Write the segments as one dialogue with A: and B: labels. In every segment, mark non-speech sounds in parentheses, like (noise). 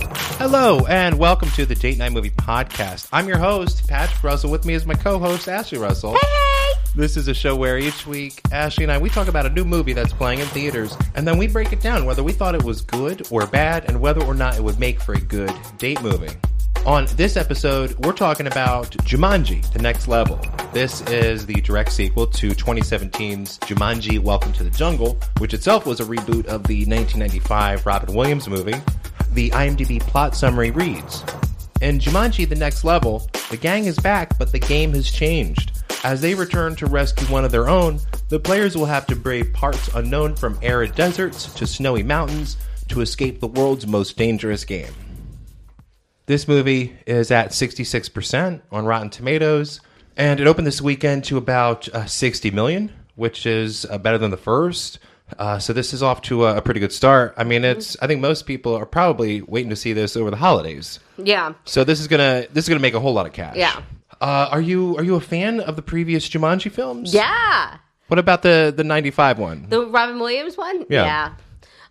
A: Hello and welcome to the Date Night Movie Podcast. I'm your host, Patrick Russell. With me is my co-host, Ashley Russell. This is a show where each week Ashley and I we talk about a new movie that's playing in theaters, and then we break it down whether we thought it was good or bad, and whether or not it would make for a good date movie. On this episode, we're talking about Jumanji: The Next Level. This is the direct sequel to 2017's Jumanji: Welcome to the Jungle, which itself was a reboot of the 1995 Robin Williams movie. The IMDb plot summary reads: in Jumanji The Next Level, the gang is back, but the game has changed. As they return to rescue one of their own, the players will have to brave parts unknown from arid deserts to snowy mountains to escape the world's most dangerous game. This movie is at 66% on Rotten Tomatoes, and it opened this weekend to about uh, 60 million, which is uh, better than the first. Uh, so this is off to a, a pretty good start. I mean, it's I think most people are probably waiting to see this over the holidays.
B: Yeah.
A: So this is gonna this is gonna make a whole lot of cash.
B: Yeah.
A: Uh, are you are you a fan of the previous Jumanji films?
B: Yeah.
A: What about the the '95 one?
B: The Robin Williams one?
A: Yeah.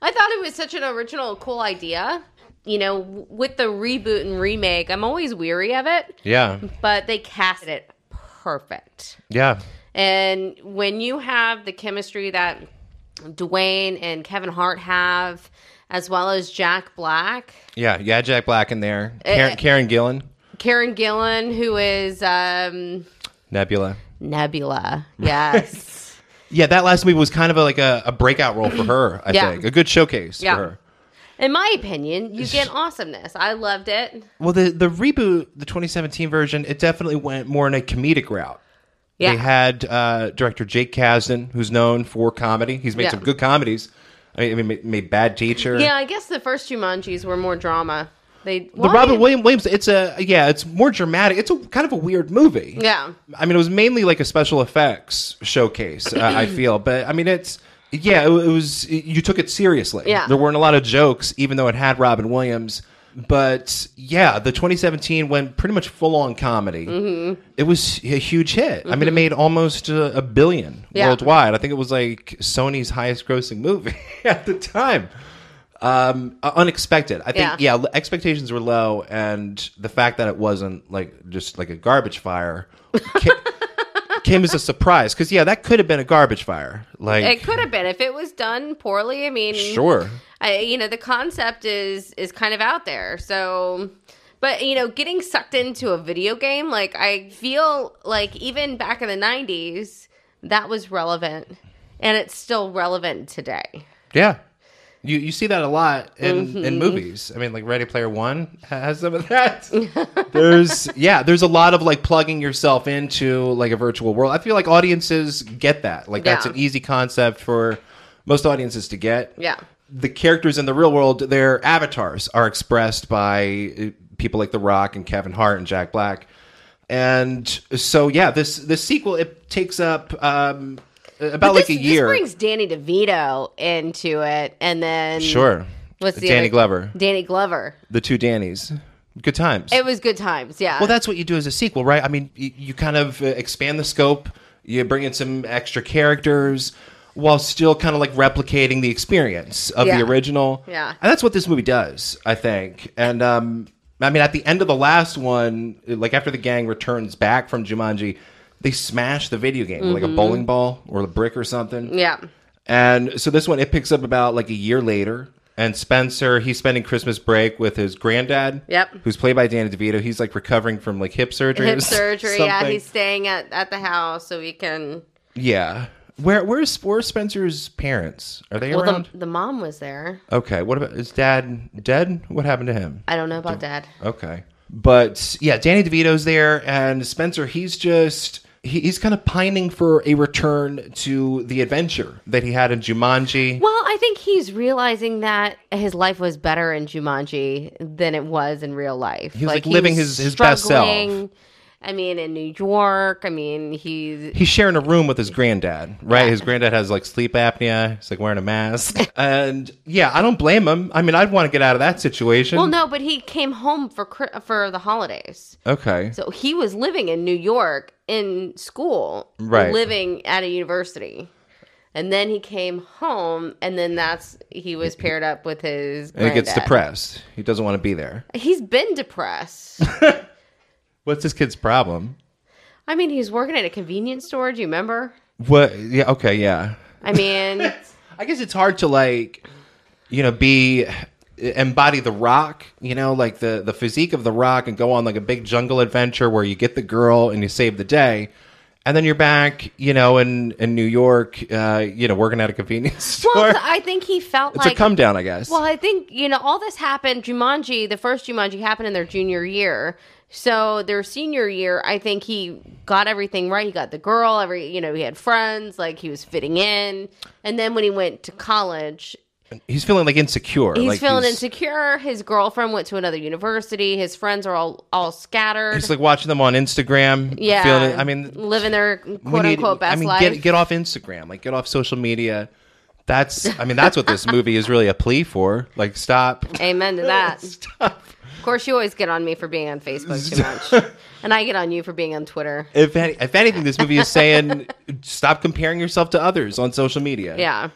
B: I thought it was such an original, cool idea. You know, w- with the reboot and remake, I'm always weary of it,
A: yeah,
B: but they cast it perfect.
A: yeah,
B: And when you have the chemistry that Dwayne and Kevin Hart have, as well as Jack Black,
A: yeah, yeah. Jack Black in there.
B: Eh,
A: Karen, Karen Gillan,
B: Karen Gillan, who is um,
A: Nebula.
B: Nebula. Yes.
A: Yeah, that last movie was kind of a, like a, a breakout role for her. I
B: Yeah.
A: think a good showcase
B: Yeah.
A: for her.
B: In my opinion, you get awesomeness. I loved it.
A: Well, the the reboot, the 2017 version, it definitely went more in a comedic route.
B: Yeah.
A: They had uh, director Jake Kasdan, who's known for comedy. He's made
B: Yeah.
A: some good comedies. I mean, I mean, made- made Bad Teacher.
B: Yeah, I guess the first Jumanjis were more drama. They
A: The Robin William Williams, it's a yeah, it's more dramatic. It's a kind of a weird movie.
B: Yeah.
A: I mean, it was mainly like a special effects showcase. uh, I feel, but I mean, it's yeah, it, it was. You took it seriously.
B: Yeah.
A: there weren't a lot of jokes, even though it had Robin Williams. But yeah, the 2017 went pretty much full on comedy.
B: Mm-hmm.
A: It was a huge hit. I mean, it made almost uh, a billion
B: Yeah.
A: worldwide. I think it was like Sony's highest grossing movie (laughs) at the time um, uh, unexpected. I think yeah.
B: Yeah.
A: l- expectations were low, and the fact that it wasn't like just like a garbage fire (laughs) came, came as a surprise. Because yeah, that could have been a garbage fire.
B: It
A: Like
B: could have been if it was done poorly. I mean,
A: sure,
B: I, you know, the concept is is kind of out there. So, but you know, getting sucked into a video game, like I feel like even back in the '90s, that was relevant, and it's still relevant today.
A: yeah. You you see that a lot in
B: Mm-hmm.
A: in movies. I mean, like Ready Player One has some of that. (laughs) there's yeah, there's a lot of like plugging yourself into like a virtual world. I feel like audiences get that. Like that's
B: Yeah.
A: an easy concept for most audiences to get.
B: Yeah.
A: the characters in the real world, their avatars are expressed by uh, people like The Rock and Kevin Hart and Jack Black. And so, yeah, this this sequel it takes up um, about like
B: this,
A: a year.
B: This brings Danny DeVito into it, and then
A: sure,
B: What's the
A: Danny
B: other-
A: Glover,
B: Danny Glover.
A: the two Dannys. Good times.
B: It was good times. Yeah.
A: well, that's what you do as a sequel, right? I mean, you, you kind of uh, expand the scope. You bring in some extra characters while still kind of like replicating the experience of
B: Yeah.
A: the original.
B: Yeah.
A: And that's what this movie does, I think. And um, I mean, at the end of the last one, uh, like after the gang returns back from Jumanji, they smash the video game, with like a
B: Mm-hmm.
A: bowling ball or a brick or something.
B: yeah.
A: And so this one, it picks up about like a year later. And Spencer, he's spending Christmas break with his granddad.
B: Yep.
A: Who's played by Danny DeVito. He's like recovering from like hip surgery. or (laughs)
B: hip surgery. Yeah,
A: something.
B: he's staying at, at the house so he can.
A: yeah. Where where's where's Spencer's parents? Are they
B: Well,
A: around?
B: the, the mom was there.
A: Okay. What about is dad dead? What happened to him?
B: I don't know about dad.
A: Okay. But yeah, Danny DeVito's there and Spencer, he's just he, he's kind of pining for a return to the adventure that he had in Jumanji.
B: Well, I think he's realizing that his life was better in Jumanji than it was in real life. He's
A: was, like, living his- his best self.
B: I mean, in New York. I mean, he's
A: He's sharing a room with his granddad, right? His granddad has like sleep apnea. He's like wearing a
B: (laughs)
A: mask. and yeah, I don't blame him. I mean, I'd want to get out of that situation.
B: well, no, but he came home for Chri- for the holidays,
A: Okay.
B: so he was living in New York in school,
A: Right.
B: Living at a university. And then he came home, and then that's he was paired up with his.
A: And he gets
B: granddad.
A: depressed. He doesn't want to be there.
B: He's been depressed.
A: What's this kid's problem?
B: I mean, he's working at a convenience store. Do you remember?
A: What? Yeah. Okay. Yeah. (laughs)
B: I mean,
A: I guess it's hard to like, you know, be embody the rock, you know, like the the physique of the rock and go on like a big jungle adventure where you get the girl and you save the day. And then you're back, you know, in in New York, uh, you know, working at a convenience (laughs) store.
B: well, I think he felt
A: it's
B: like
A: a come down, I guess.
B: Well, I think you know all this happened. Jumanji, the first Jumanji, happened in their junior year. So their senior year, I think he got everything right. He got the girl. Every you know, he had friends. Like he was fitting in. And then when he went to college,
A: he's feeling like insecure.
B: he's
A: like,
B: feeling insecure. His girlfriend went to another university. His friends are all all scattered.
A: He's like watching them on Instagram.
B: yeah,
A: feeling it. I mean,
B: living their
A: we
B: quote
A: need-
B: unquote best
A: I mean,
B: life.
A: get get off Instagram, like get off social media. That's, I mean, that's what this movie is really a plea for. Like, stop,
B: Amen to that.
A: stop.
B: Of course, you always get on me for being on
A: (laughs)
B: Facebook too much, and I get on you for being on Twitter.
A: If any, if anything, this movie is saying, stop comparing yourself to others on social media.
B: Yeah.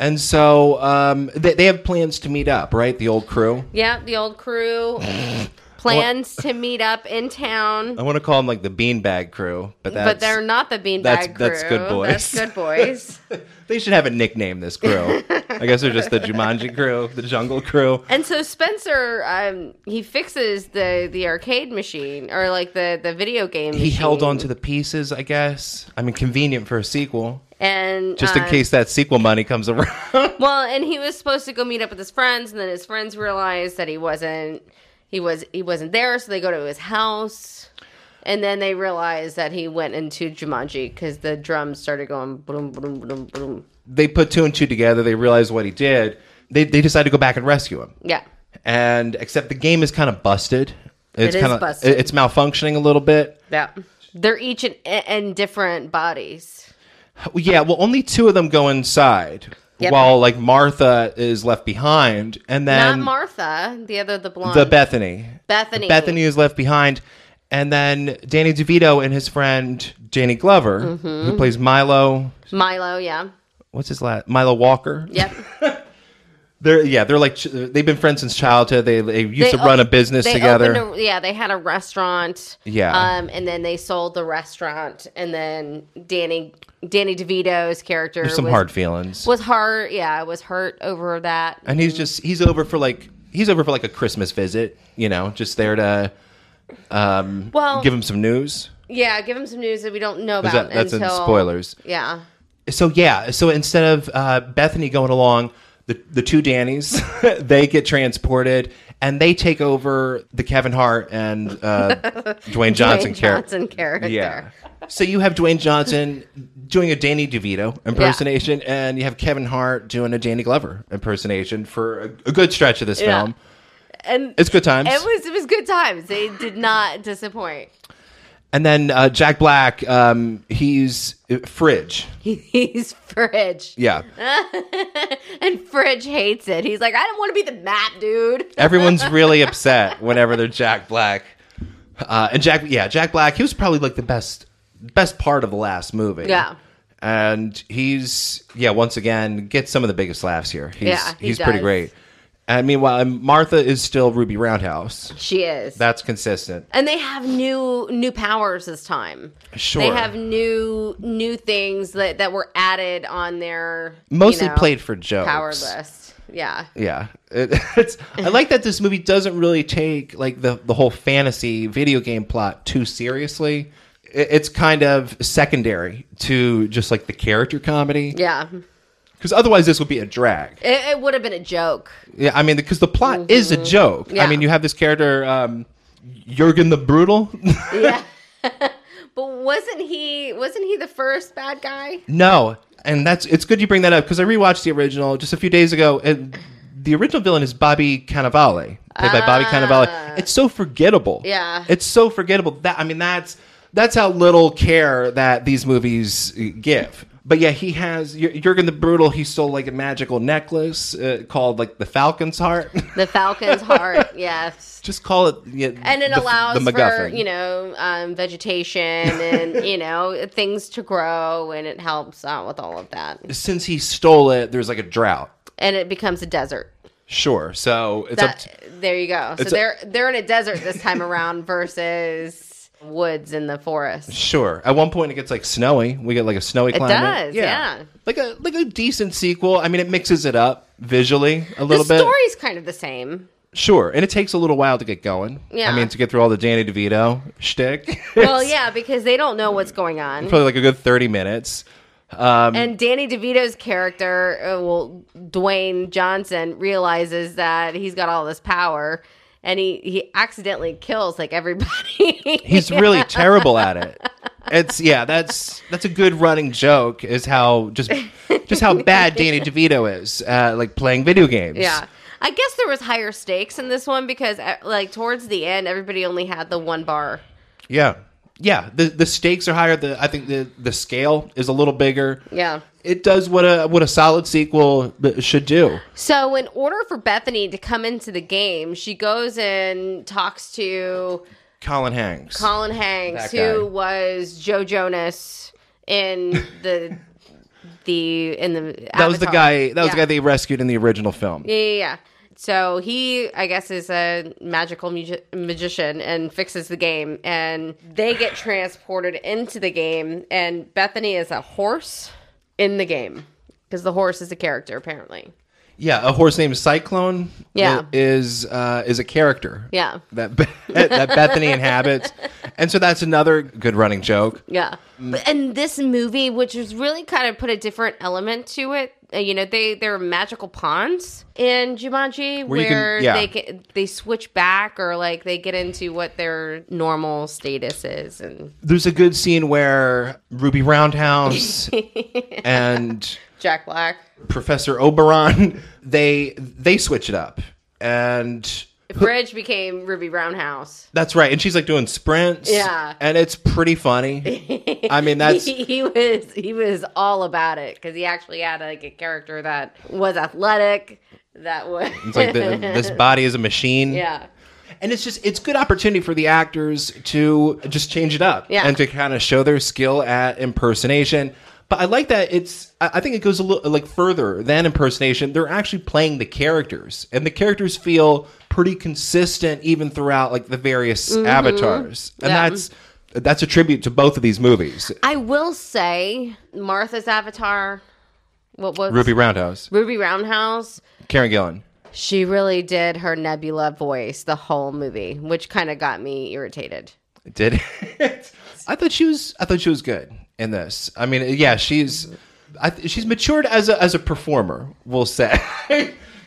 A: And so um, they, they have plans to meet up, right? The old crew.
B: Yeah, the
A: (laughs)
B: old crew plans to meet up in town,
A: I want to call them like the beanbag crew, but Oh, that's
B: but they're not the beanbag
A: that's-
B: crew.
A: that's good
B: That's
A: boys. (laughs)
B: good boys.
A: they should have a nickname. This crew. I guess they're just the Jumanji crew, the Jungle crew.
B: and so Spencer, um, he fixes the the arcade machine or like the the video game.
A: He held on to the pieces, I guess. I mean, convenient for a sequel.
B: and
A: just in
B: uh,
A: case that sequel money comes around. (laughs)
B: Well, and he was supposed to go meet up with his friends, and then his friends realized that he wasn't. He was he wasn't there, so they go to his house, and then they realize that he went into Jumanji because the drums started going boom, boom, boom, boom.
A: they put two and two together. They realize what he did. They they decide to go back and rescue him.
B: Yeah.
A: And except the game is kind of busted. It's
B: It is
A: kind of
B: busted.
A: it's malfunctioning a little bit.
B: Yeah. They're each in, in different bodies.
A: Yeah, well, only two of them go inside,
B: Yep.
A: while like Martha is left behind, and then
B: Not Martha, the other, the blonde.
A: the Bethany.
B: Bethany.
A: Bethany is left behind, and then Danny DeVito and his friend Danny Glover,
B: Mm-hmm.
A: who plays Milo.
B: Milo, yeah.
A: What's his last? Milo Walker.
B: Yep.
A: They're yeah, they're like ch- they've been friends since childhood. They they used
B: They
A: to run a
B: op-
A: business
B: they
A: together.
B: opened a- yeah, they had a restaurant.
A: Yeah.
B: Um, and then they sold the restaurant, and then Danny Danny DeVito's character
A: There's some
B: was,
A: hard feelings,
B: was hurt. Yeah, was hurt over that.
A: and he's just he's over for like he's over for like a Christmas visit. You know, just there to um
B: Well-
A: give him some news.
B: Yeah, give him some news that we don't know
A: Is
B: about.
A: that- that's
B: until,
A: in spoilers.
B: Yeah.
A: So yeah, so instead of uh, Bethany going along, the the two Dannys (laughs) they get transported and they take over the Kevin Hart and uh,
B: (laughs)
A: Dwayne Johnson
B: Dwayne
A: character.
B: Johnson character.
A: Yeah. So you have Dwayne Johnson doing a Danny DeVito impersonation, and you have Kevin Hart doing a Danny Glover impersonation for a, a good stretch of this
B: Yeah.
A: film.
B: And
A: It's good times.
B: it was it was good times. They did not disappoint. (laughs)
A: and then uh, Jack Black, um, he's uh, Fridge.
B: He's Fridge.
A: Yeah.
B: and Fridge hates it. He's like, I don't want to be the map dude.
A: Everyone's really upset whenever they're Jack Black. Uh, and Jack, yeah, Jack Black, he was probably like the best best part of the last movie.
B: Yeah.
A: And he's yeah, once again, gets some of the biggest laughs here. He's
B: Yeah, he
A: he's pretty
B: does.
A: great. And meanwhile, and Martha is still Ruby Roundhouse.
B: She is.
A: That's consistent.
B: and they have new new powers this time.
A: Sure.
B: They have new new things that that were added on their you
A: Mostly
B: know,
A: played for jokes.
B: power list. Yeah.
A: Yeah, It- (laughs) it's. I like that this movie doesn't really take like the the whole fantasy video game plot too seriously. It- It's kind of secondary to just like the character comedy,
B: Yeah.
A: because otherwise this would be a drag.
B: It, it would have been a
A: (laughs)
B: joke.
A: Yeah, I mean, because the plot is a joke. I
B: Mm-hmm. Yeah.
A: mean, you have this character um, Jurgen the Brutal. (laughs)
B: Yeah. but wasn't he wasn't he the first bad guy?
A: no, and that's it's good you bring that up because I rewatched the original just a few days ago, and the original villain is Bobby Cannavale, played by Bobby Cannavale. It's so forgettable.
B: Ah. Yeah.
A: it's so forgettable. That I mean, that's that's how little care that these movies uh, give. But yeah, he has J- Jurgen the Brutal. He stole like a magical necklace uh, called like the Falcon's Heart. (laughs)
B: The Falcon's heart, yes.
A: Just call it. Yeah,
B: And it
A: the-
B: allows
A: the
B: for,
A: MacGuffin.
B: you know, um, vegetation and, (laughs) you know, things to grow and it helps out with all of that.
A: Since he stole it, there's like a drought.
B: And it becomes a desert.
A: Sure. So it's up.
B: That,
A: To,
B: there you go. So
A: it's a-
B: they're they're in a desert this time around (laughs) versus woods in the forest.
A: Sure. At one point, it gets like snowy. We get like a snowy
B: It
A: climate.
B: does, yeah.
A: Like a like a decent sequel. I mean, it mixes it up visually a
B: The
A: little bit.
B: story's kind of the same.
A: Sure, and it takes a little while to get going.
B: Yeah.
A: I mean, to get through all the Danny DeVito shtick. (laughs)
B: Well, yeah, because they don't know what's going on.
A: probably like a good thirty minutes.
B: And Danny DeVito's character, uh, well, Dwayne Johnson, realizes that he's got all this power, and he he accidentally kills like everybody. (laughs)
A: He's really terrible at it. It's yeah, that's that's a good running joke is how just just how bad
B: (laughs)
A: Danny DeVito is uh, like playing video games.
B: yeah. I guess there was higher stakes in this one because, uh, like, towards the end, everybody only had the one bar.
A: Yeah. Yeah. The the stakes are higher. The I think the the scale is a little bigger.
B: Yeah.
A: It does what a what a solid sequel should do.
B: So, in order for Bethany to come into the game, she goes and talks to
A: Colin Hanks.
B: Colin
A: That
B: Hanks, who
A: guy.
B: was Joe Jonas
A: (laughs)
B: in the the in the
A: that was the guy. That was the guy
B: yeah.
A: they rescued in the original film.
B: Yeah, yeah, yeah. So he, I guess, is a magical magi- magician and fixes the game, and they get transported into the game, and Bethany is a horse in the game because the horse is a character apparently.
A: Yeah, a horse named Cyclone.
B: Yeah.
A: i- is uh, is a character.
B: Yeah.
A: that Be- (laughs) that Bethany inhabits, and so that's another good running joke.
B: Yeah.
A: Mm.
B: But, and this movie, which was really kind of put a different element to it, uh, you know, they there are magical ponds in
A: Where you
B: Jumanji where,
A: can- yeah.
B: they can, they switch back or like they get into what their normal status is, and
A: There's a good scene where Ruby
B: (laughs)
A: Roundhouse and
B: Jack Black
A: Professor Oberon they they switch it up, and
B: Bridge became Ruby Roundhouse. (laughs)
A: that's right. And she's like doing sprints.
B: Yeah.
A: and it's pretty funny. I mean,
B: (laughs)
A: that's
B: he, he was he was all about it because he actually had like a character that was athletic, that was
A: it's like the, this body is a machine.
B: (laughs) yeah.
A: and it's just it's good opportunity for the actors to just change it up
B: Yeah.
A: and to kind of show their skill at impersonation but i like that it's i I think it goes a little like further than impersonation they're actually playing the characters and the characters feel pretty consistent even throughout like the various avatars and
B: Mm-hmm. Yeah.
A: that's that's a tribute to both of these movies
B: I will say Martha's avatar. What was
A: ruby roundhouse
B: Ruby Roundhouse?
A: karen gillan
B: She really did her Nebula voice the whole movie, which kind of got me irritated.
A: did it. I thought she was. I thought she was good in this. I mean, yeah, she's. I, th- she's matured as a as a performer. We'll say. (laughs)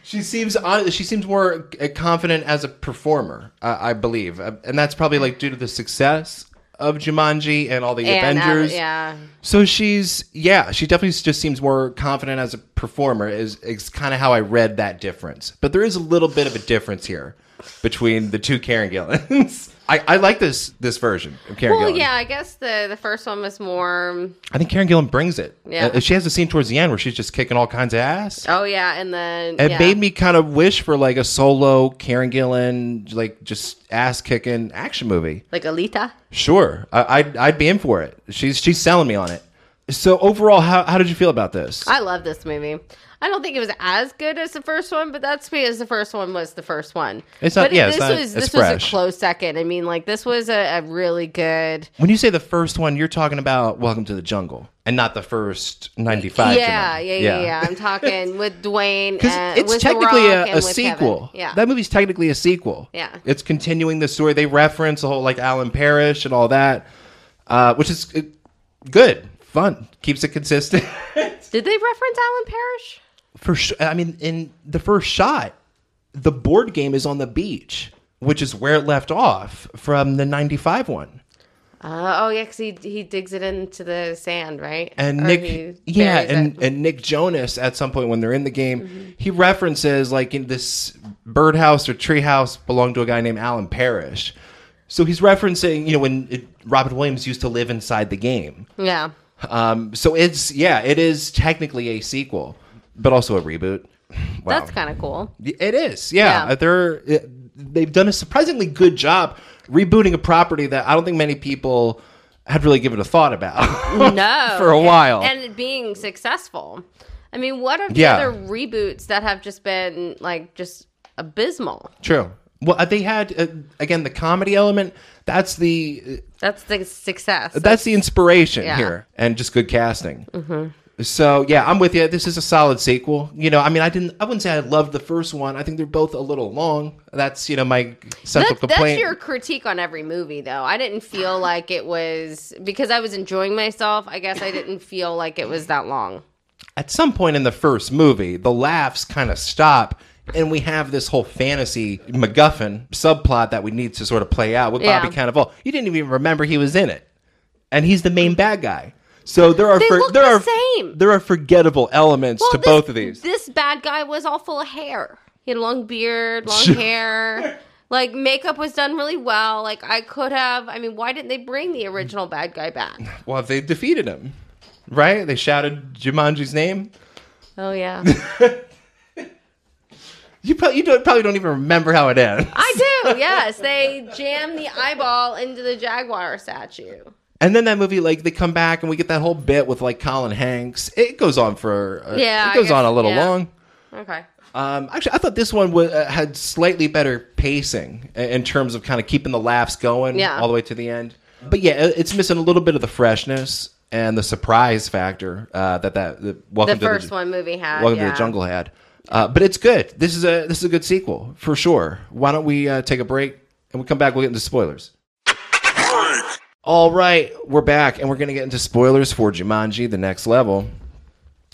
A: she seems hon- she seems more uh, confident as a performer. I I believe, Uh, and that's probably like due to the success of Jumanji and all the
B: And, uh,
A: Avengers.
B: yeah.
A: So she's yeah, she definitely just seems more confident as a performer. Is is kind of how I read that difference. But there is a little bit of a difference here between the two Karen Gillans. (laughs) I, I like this this version of Karen
B: Well,
A: Gillan.
B: yeah, I guess the the first one was more.
A: I think Karen Gillan brings it.
B: Yeah.
A: Uh, she has a scene towards the end where she's just kicking all kinds of ass.
B: Oh yeah, and then
A: It
B: yeah.
A: made me kind of wish for like a solo Karen Gillan, like just ass kicking action movie.
B: like Alita.
A: Sure, I, I'd I'd be in for it. She's she's selling me on it. So overall, how how did you feel about this?
B: I love this movie. I don't think it was as good as the first one, but that's because the first one was the first one.
A: It's not-
B: but
A: yeah,
B: this
A: it's not-
B: was
A: it's
B: this was a
A: fresh.
B: close second. I mean, like this was a, a really good
A: When you say the first one, you're talking about Welcome to the Jungle and not the first 95.
B: Yeah,
A: Jumanji.
B: yeah, yeah, yeah. I'm talking
A: (laughs)
B: with Dwayne.
A: 'Cause
B: and
A: it's
B: with The
A: technically
B: Rock
A: a,
B: and
A: a
B: with
A: sequel.
B: Kevin. Yeah.
A: That movie's technically a sequel.
B: Yeah.
A: It's continuing the story. They reference the whole like Alan Parrish and all that, uh, which is uh, good, fun, keeps it consistent. (laughs)
B: Did they reference Alan Parrish?
A: For sh- I mean, in the first shot, the board game is on the beach, which is where it left off from the 95 one.
B: Uh, oh yeah, 'cause he he digs it into the sand, right?
A: and
B: Or
A: Nick,
B: he
A: yeah,
B: buries
A: and,
B: it.
A: and Nick Jonas at some point when they're in the game, he references like in this birdhouse or treehouse belonged to a guy named Alan Parrish. So he's referencing, you know, when it, Robin Williams used to live inside the game.
B: yeah,
A: Um, so it's yeah, it is technically a sequel, but also a reboot. Wow.
B: That's kind of cool.
A: It is, yeah. Uh,
B: Yeah.
A: They're they've done a surprisingly good job rebooting a property that I don't think many people had really given a thought about.
B: No.
A: for a while.
B: And it being successful. I mean, what are the
A: Yeah.
B: other reboots that have just been like just abysmal?
A: True. Well, uh, they had uh, again the comedy element. That's the
B: That's the success.
A: that's the inspiration
B: Yeah. Mm-hmm.
A: here, and just good casting. So yeah, I'm with you. This is a solid sequel. You know, I mean, I didn't, I wouldn't say I loved the first one. I think they're both a little long. That's you know my central
B: That's, that's
A: complaint.
B: your critique on every movie, though. I didn't
A: (sighs)
B: feel like it was because I was enjoying myself. I guess I didn't feel like it was that long.
A: At some point in the first movie, the laughs kind of stop, and we have this whole fantasy MacGuffin subplot that we need to sort of play out with
B: Yeah.
A: Bobby Cannavale. You didn't even remember he was in it, and he's the main bad guy. So there are
B: They
A: for,
B: look
A: there
B: the
A: are
B: same.
A: there are forgettable elements to
B: this-
A: both of these.
B: This bad guy was all full of hair. He had a long
A: (laughs)
B: beard, long
A: Sure.
B: hair. Like makeup was done really well. Like I could have. I mean, why didn't they bring the original bad
A: (sighs)
B: guy back?
A: Well, they defeated him, right? They shouted Jumanji's name.
B: Oh yeah,
A: You probably, you don't, probably don't even remember how it ends.
B: I do. Yes, they jam the eyeball into the jaguar statue.
A: and then that movie, like they come back and we get that whole bit with like Colin Hanks. It goes on for uh,
B: Yeah,
A: it
B: I
A: goes on
B: guess-
A: a little
B: yeah.
A: long.
B: Okay.
A: Um, actually, I thought this one wa uh, had slightly better pacing i- in terms of kind of keeping the laughs going
B: Yeah.
A: all the way to the end. But yeah, it- it's missing a little bit of the freshness and the surprise factor uh, that that the,
B: The
A: welcome to
B: first
A: the,
B: one movie had.
A: Welcome to
B: yeah.
A: the Jungle had. Uh, but it's good. This is a this is a good sequel for sure. Why don't we uh, take a break and we come back? We'll get into spoilers. All right, we're back and we're going to get into spoilers for Jumanji: The Next Level.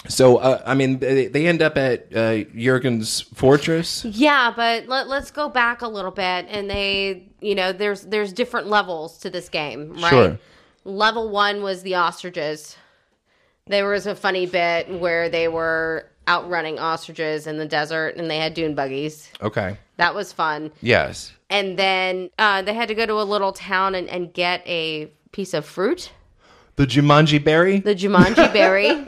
A: So uh, I mean, they, they end up at uh, Jurgen's fortress.
B: Yeah, but let, let's go back a little bit, and they, you know, there's there's different levels to this game, right?
A: Sure.
B: Level one was the ostriches. There was a funny bit where they were out running ostriches in the desert, and they had dune buggies.
A: Okay.
B: That was fun.
A: Yes.
B: And then uh, they had to go to a little town and, and get a piece of fruit,
A: The Jumanji berry.
B: the Jumanji berry.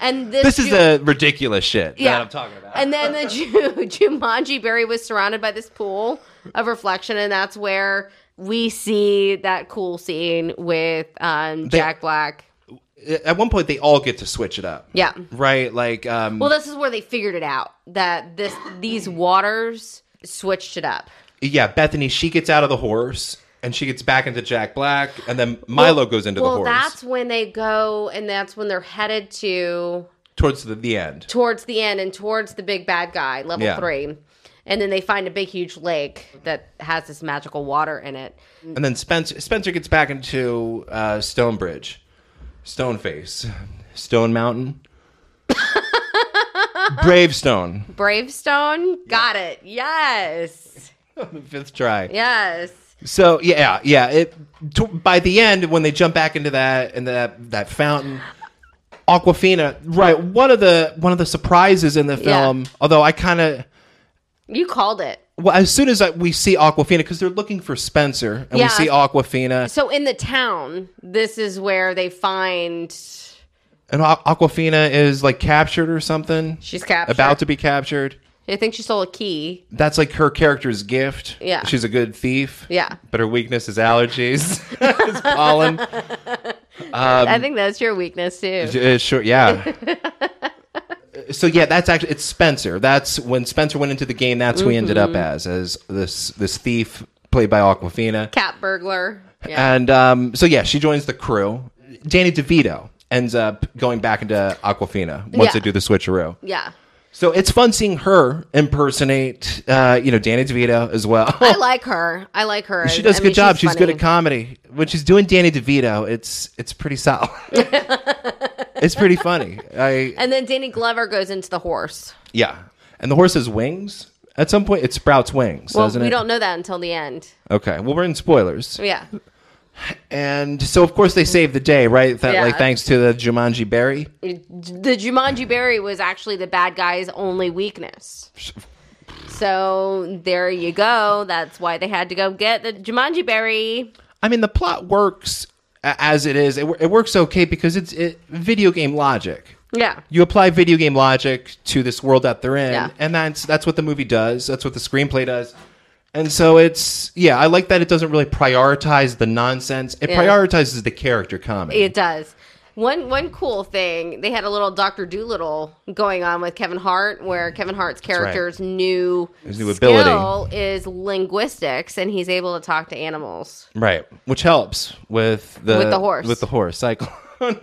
B: And this,
A: this is
B: Ju-
A: the ridiculous shit
B: Yeah.
A: that I'm talking about.
B: And then the Ju- (laughs) Jumanji Berry was surrounded by this pool of reflection, and that's where we see that cool scene with um, Jack Black.
A: at one point, they all get to switch it up.
B: Yeah.
A: Right. Like. Um,
B: Well, this is where they figured it out that this these waters switched it up.
A: Yeah, Bethany, she gets out of the horse and she gets back into Jack Black, and then Milo goes into
B: well,
A: the horse
B: that's when they go, and that's when they're headed to
A: towards the, the end.
B: towards the end and towards the big bad guy, level
A: Yeah.
B: three. And then they find a big, huge lake that has this magical water in it.
A: And then Spencer Spencer gets back into uh, Stonebridge, Stoneface, Stone
B: (laughs)
A: Mountain, Bravestone.
B: (laughs) Bravestone? Got it. Yes.
A: Fifth try.
B: Yes.
A: So yeah, yeah. It to, by the end when they jump back into that into that that fountain. Aquafina, right? One of the one of the surprises in the
B: Yeah.
A: film, although I kind of
B: You called it.
A: Well, as soon as I, we see Aquafina, because they're looking for Spencer, and
B: Yeah.
A: we see Aquafina,
B: So in the town, this is where they find
A: and Aqu- Aquafina is like captured or something.
B: she's captured.
A: about to be captured.
B: I think she stole a key.
A: That's like her character's gift.
B: Yeah.
A: she's a good thief.
B: Yeah.
A: but her weakness is allergies, (laughs) it's pollen. Um,
B: I think that's your weakness too.
A: Uh, sure,
B: (laughs)
A: yeah. so yeah, that's actually it's Spencer. That's when Spencer went into the game. That's who he ended
B: Mm-hmm.
A: up as as this this thief played by Aquafina.
B: Cat burglar. Yeah.
A: And um, so yeah, she joins the crew. Danny DeVito ends up going back into Aquafina once
B: Yeah.
A: they do the switcheroo.
B: yeah.
A: So it's fun seeing her impersonate, uh, you know, Danny DeVito as well.
B: I like her. I like her.
A: oh. (laughs) she does a
B: I
A: good
B: mean,
A: job. She's, good
B: funny.
A: at comedy. When she's doing Danny DeVito, it's it's pretty
B: (laughs)
A: solid. it's pretty funny. I
B: And then Danny Glover goes into the horse.
A: yeah. And the horse has wings. At some point, it sprouts wings,
B: Well,
A: doesn't
B: we
A: it?
B: don't know that until the end.
A: okay. Well, we're in spoilers.
B: Yeah.
A: And so, of course, they save the day, right? That,
B: Yeah.
A: Like, thanks to the Jumanji Berry.
B: the Jumanji Berry was actually the bad guy's only weakness. So there you go. That's why they had to go get the Jumanji Berry.
A: I mean, the plot works a- as it is, it, wo- it works okay because it's it, video game logic.
B: Yeah.
A: You apply video game logic to this world that they're in,
B: Yeah.
A: and that's that's what the movie does. That's what the screenplay does. And so it's yeah, I like that it doesn't really prioritize the nonsense. It
B: Yeah.
A: prioritizes the character comedy.
B: It does. One one cool thing they had a little Doctor Doolittle going on with Kevin Hart, where Kevin Hart's character's new
A: His new ability.
B: skill is linguistics, and he's able to talk to animals.
A: Right, which helps with the
B: With the horse.
A: with the horse cyclone.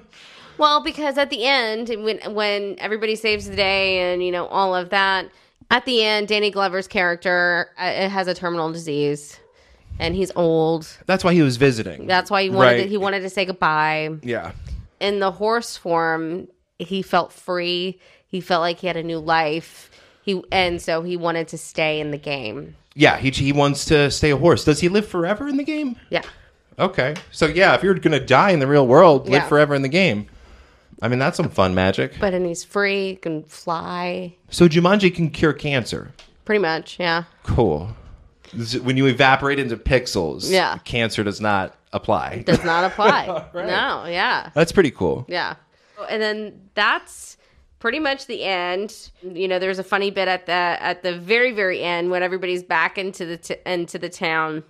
B: Well, because at the end, when when everybody saves the day, and you know all of that, at the end, Danny Glover's character uh, it has a terminal disease, and he's old.
A: (laughs) That's why he was visiting.
B: That's why he wanted
A: Right.
B: to, he wanted to say goodbye.
A: yeah,
B: in the horse form, he felt free. He felt like he had a new life. He and so he wanted to stay in the game.
A: yeah. He he wants to stay a horse. Does he live forever in the game?
B: Yeah.
A: Okay, so yeah, if you're gonna die in the real world, live
B: Yeah.
A: forever in the game. I mean, that's some fun magic.
B: But and he's free, can fly,
A: So Jumanji can cure cancer.
B: pretty much. Yeah.
A: Cool. Z- When you evaporate into pixels,
B: Yeah.
A: cancer does not apply.
B: Does not apply. No. Yeah.
A: That's pretty cool.
B: Yeah. Oh, And then that's pretty much the end. You know, there's a funny bit at the at the very very end when everybody's back into the t- into the town.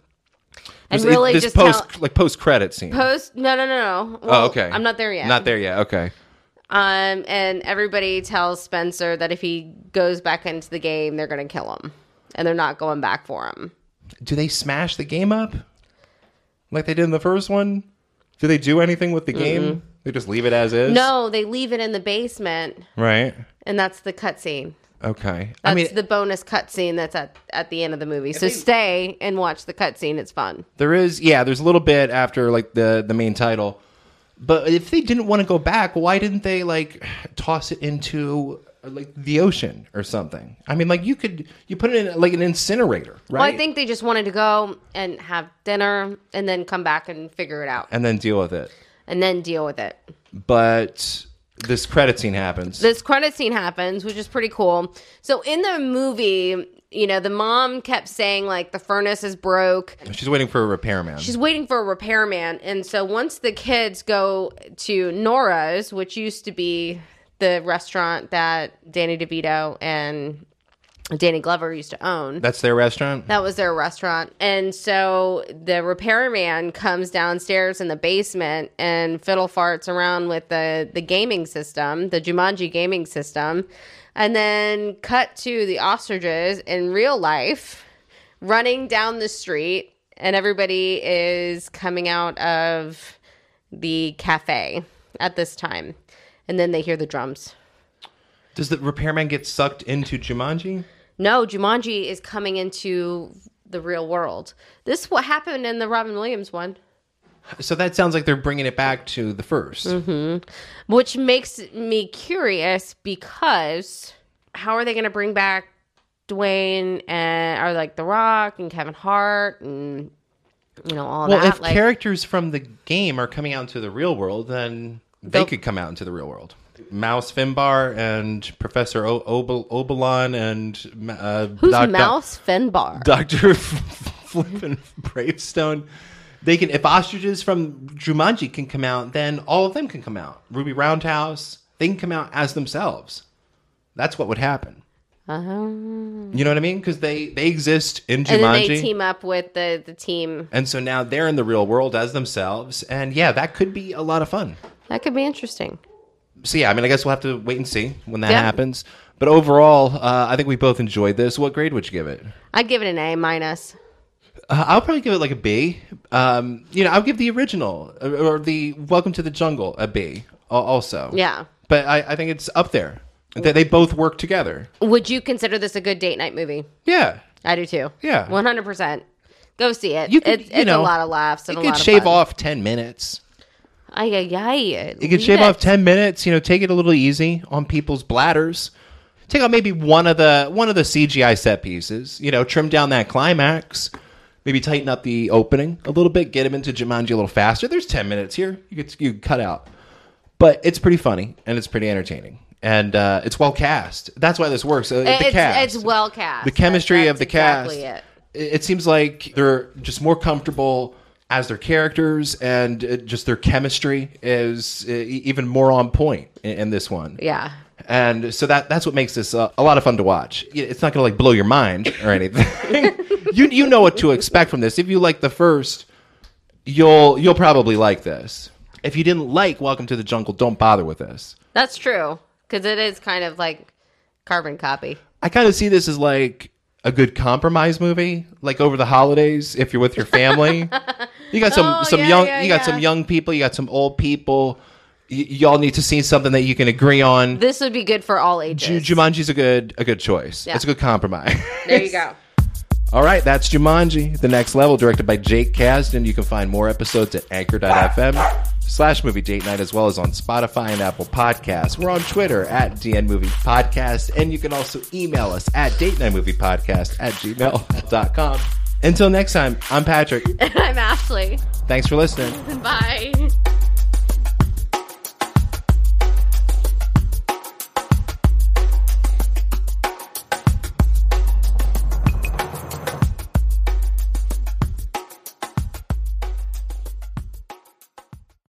B: And
A: This- it-
B: really
A: this
B: just
A: post
B: tell-
A: like post credit scene.
B: post no no no no.
A: oh,
B: Well,
A: okay.
B: I'm not there yet.
A: Not there yet. Okay.
B: Um, and everybody tells Spencer that if he goes back into the game, they're going to kill him, and they're not going back for him.
A: Do they smash the game up like they did in the first one? Do they do anything with the game? They just leave it as is.
B: No, they leave it in the basement,
A: Right.
B: and that's the cutscene.
A: Okay.
B: That's
A: I mean,
B: the bonus cutscene that's at at the end of the movie. So
A: they-
B: stay and watch the cutscene; it's fun.
A: There is, yeah. There's a little bit after like the the main title, but if they didn't want to go back, why didn't they like toss it into like the ocean or something? I mean, like you could you put it in like an incinerator, right?
B: Well, I think they just wanted to go and have dinner, and then come back and figure it out,
A: and then deal with it.
B: and then deal with it.
A: But this credit scene happens.
B: this credit scene happens, which is pretty cool. So in the movie, you know, the mom kept saying like the furnace is broke.
A: She's waiting for a repairman.
B: She's waiting for a repairman, and so once the kids go to Nora's, which used to be the restaurant that Danny DeVito and Danny Glover used to own.
A: That's their restaurant.
B: That was their restaurant. And so the repairman comes downstairs in the basement and fiddle farts around with the, the gaming system, the Jumanji gaming system. And then cut to the ostriches in real life running down the street, and everybody is coming out of the cafe at this time. And then they hear the drums.
A: Does the repairman get sucked into Jumanji?
B: No, Jumanji is coming into the real world. This what happened in the Robin Williams one,
A: So that sounds like they're bringing it back to the 1st
B: which makes me curious because how are they going to bring back Dwayne and or like The Rock and Kevin Hart and you know all
A: Well,
B: that?
A: if
B: like,
A: characters from the game are coming out into the real world, then they
B: They'll-
A: could come out into the real world. Mouse Finbar and Professor o- Obel- Obelon and uh,
B: who's
A: Doc-
B: Mouse
A: (laughs)
B: Finbar?
A: Doctor Flippin Bravestone. They can, if ostriches from Jumanji can come out, then all of them can come out. Ruby Roundhouse, they can come out as themselves. That's what would happen. You know what I mean? Because they they exist in Jumanji.
B: and then they team up with the the team.
A: And so now they're in the real world as themselves. And yeah, that could be a lot of fun.
B: That could be interesting.
A: So yeah, I mean, I guess we'll have to wait and see when that
B: Yeah.
A: happens. But overall, uh, I think we both enjoyed this. What grade would you give it?
B: I'd give it an A minus.
A: Uh, I'll probably give it like a B. Um, you know, I'll give the original or, or the Welcome to the Jungle a B al- also.
B: Yeah.
A: But I, I think it's up there. They, they both work together.
B: Would you consider this a good date night movie?
A: Yeah.
B: I do too.
A: Yeah.
B: one hundred percent. Go see it.
A: You could,
B: it's
A: you
B: it's
A: know,
B: a lot of laughs and
A: You
B: a
A: could
B: lot
A: shave
B: of fun.
A: off 10 minutes.
B: Ay ay ay.
A: You could shave off ten minutes. You know, take it a little easy on people's bladders. Take out maybe one of the one of the CGI set pieces. You know, trim down that climax. Maybe tighten up the opening a little bit. Get him into Jumanji a little faster. There's ten minutes here. You could you could cut out, but it's pretty funny and it's pretty entertaining and uh, it's well cast. That's why this works. Uh, the
B: It's,
A: cast.
B: it's well cast.
A: the chemistry
B: That-
A: of the
B: that's exactly
A: cast. It. it seems like they're just more comfortable as their characters and uh, just their chemistry is uh, e- even more on point in, in this one.
B: Yeah.
A: And so that that's what makes this uh, a lot of fun to watch. Y- It's not going to like blow your mind or
B: (laughs)
A: anything. you you know what to expect from this. If you like the first, you'll you'll probably like this. If you didn't like Welcome to the Jungle, don't bother with this.
B: That's true. Because it is kind of like carbon copy.
A: I kind of see this as like a good compromise movie, like over the holidays if you're with your family. you got some
B: (laughs) Oh,
A: some
B: yeah,
A: young
B: yeah,
A: you got
B: yeah.
A: some young people, you got some old people. Y- y'all need to see something that you can agree on.
B: This would be good for all ages.
A: Ju- Jumanji's a good a good choice.
B: Yeah.
A: It's a good compromise. (laughs)
B: There you go. (laughs)
A: All right, that's Jumanji, The Next Level, directed by Jake Kasdan. You can find more episodes at anchor.fm slash movie date night, as well as on Spotify and Apple Podcasts. We're on Twitter at DN Movie Podcast, and you can also email us at date night movie podcast at gmail.com. Until next time, I'm Patrick.
B: I'm Ashley.
A: Thanks for listening.
B: Bye.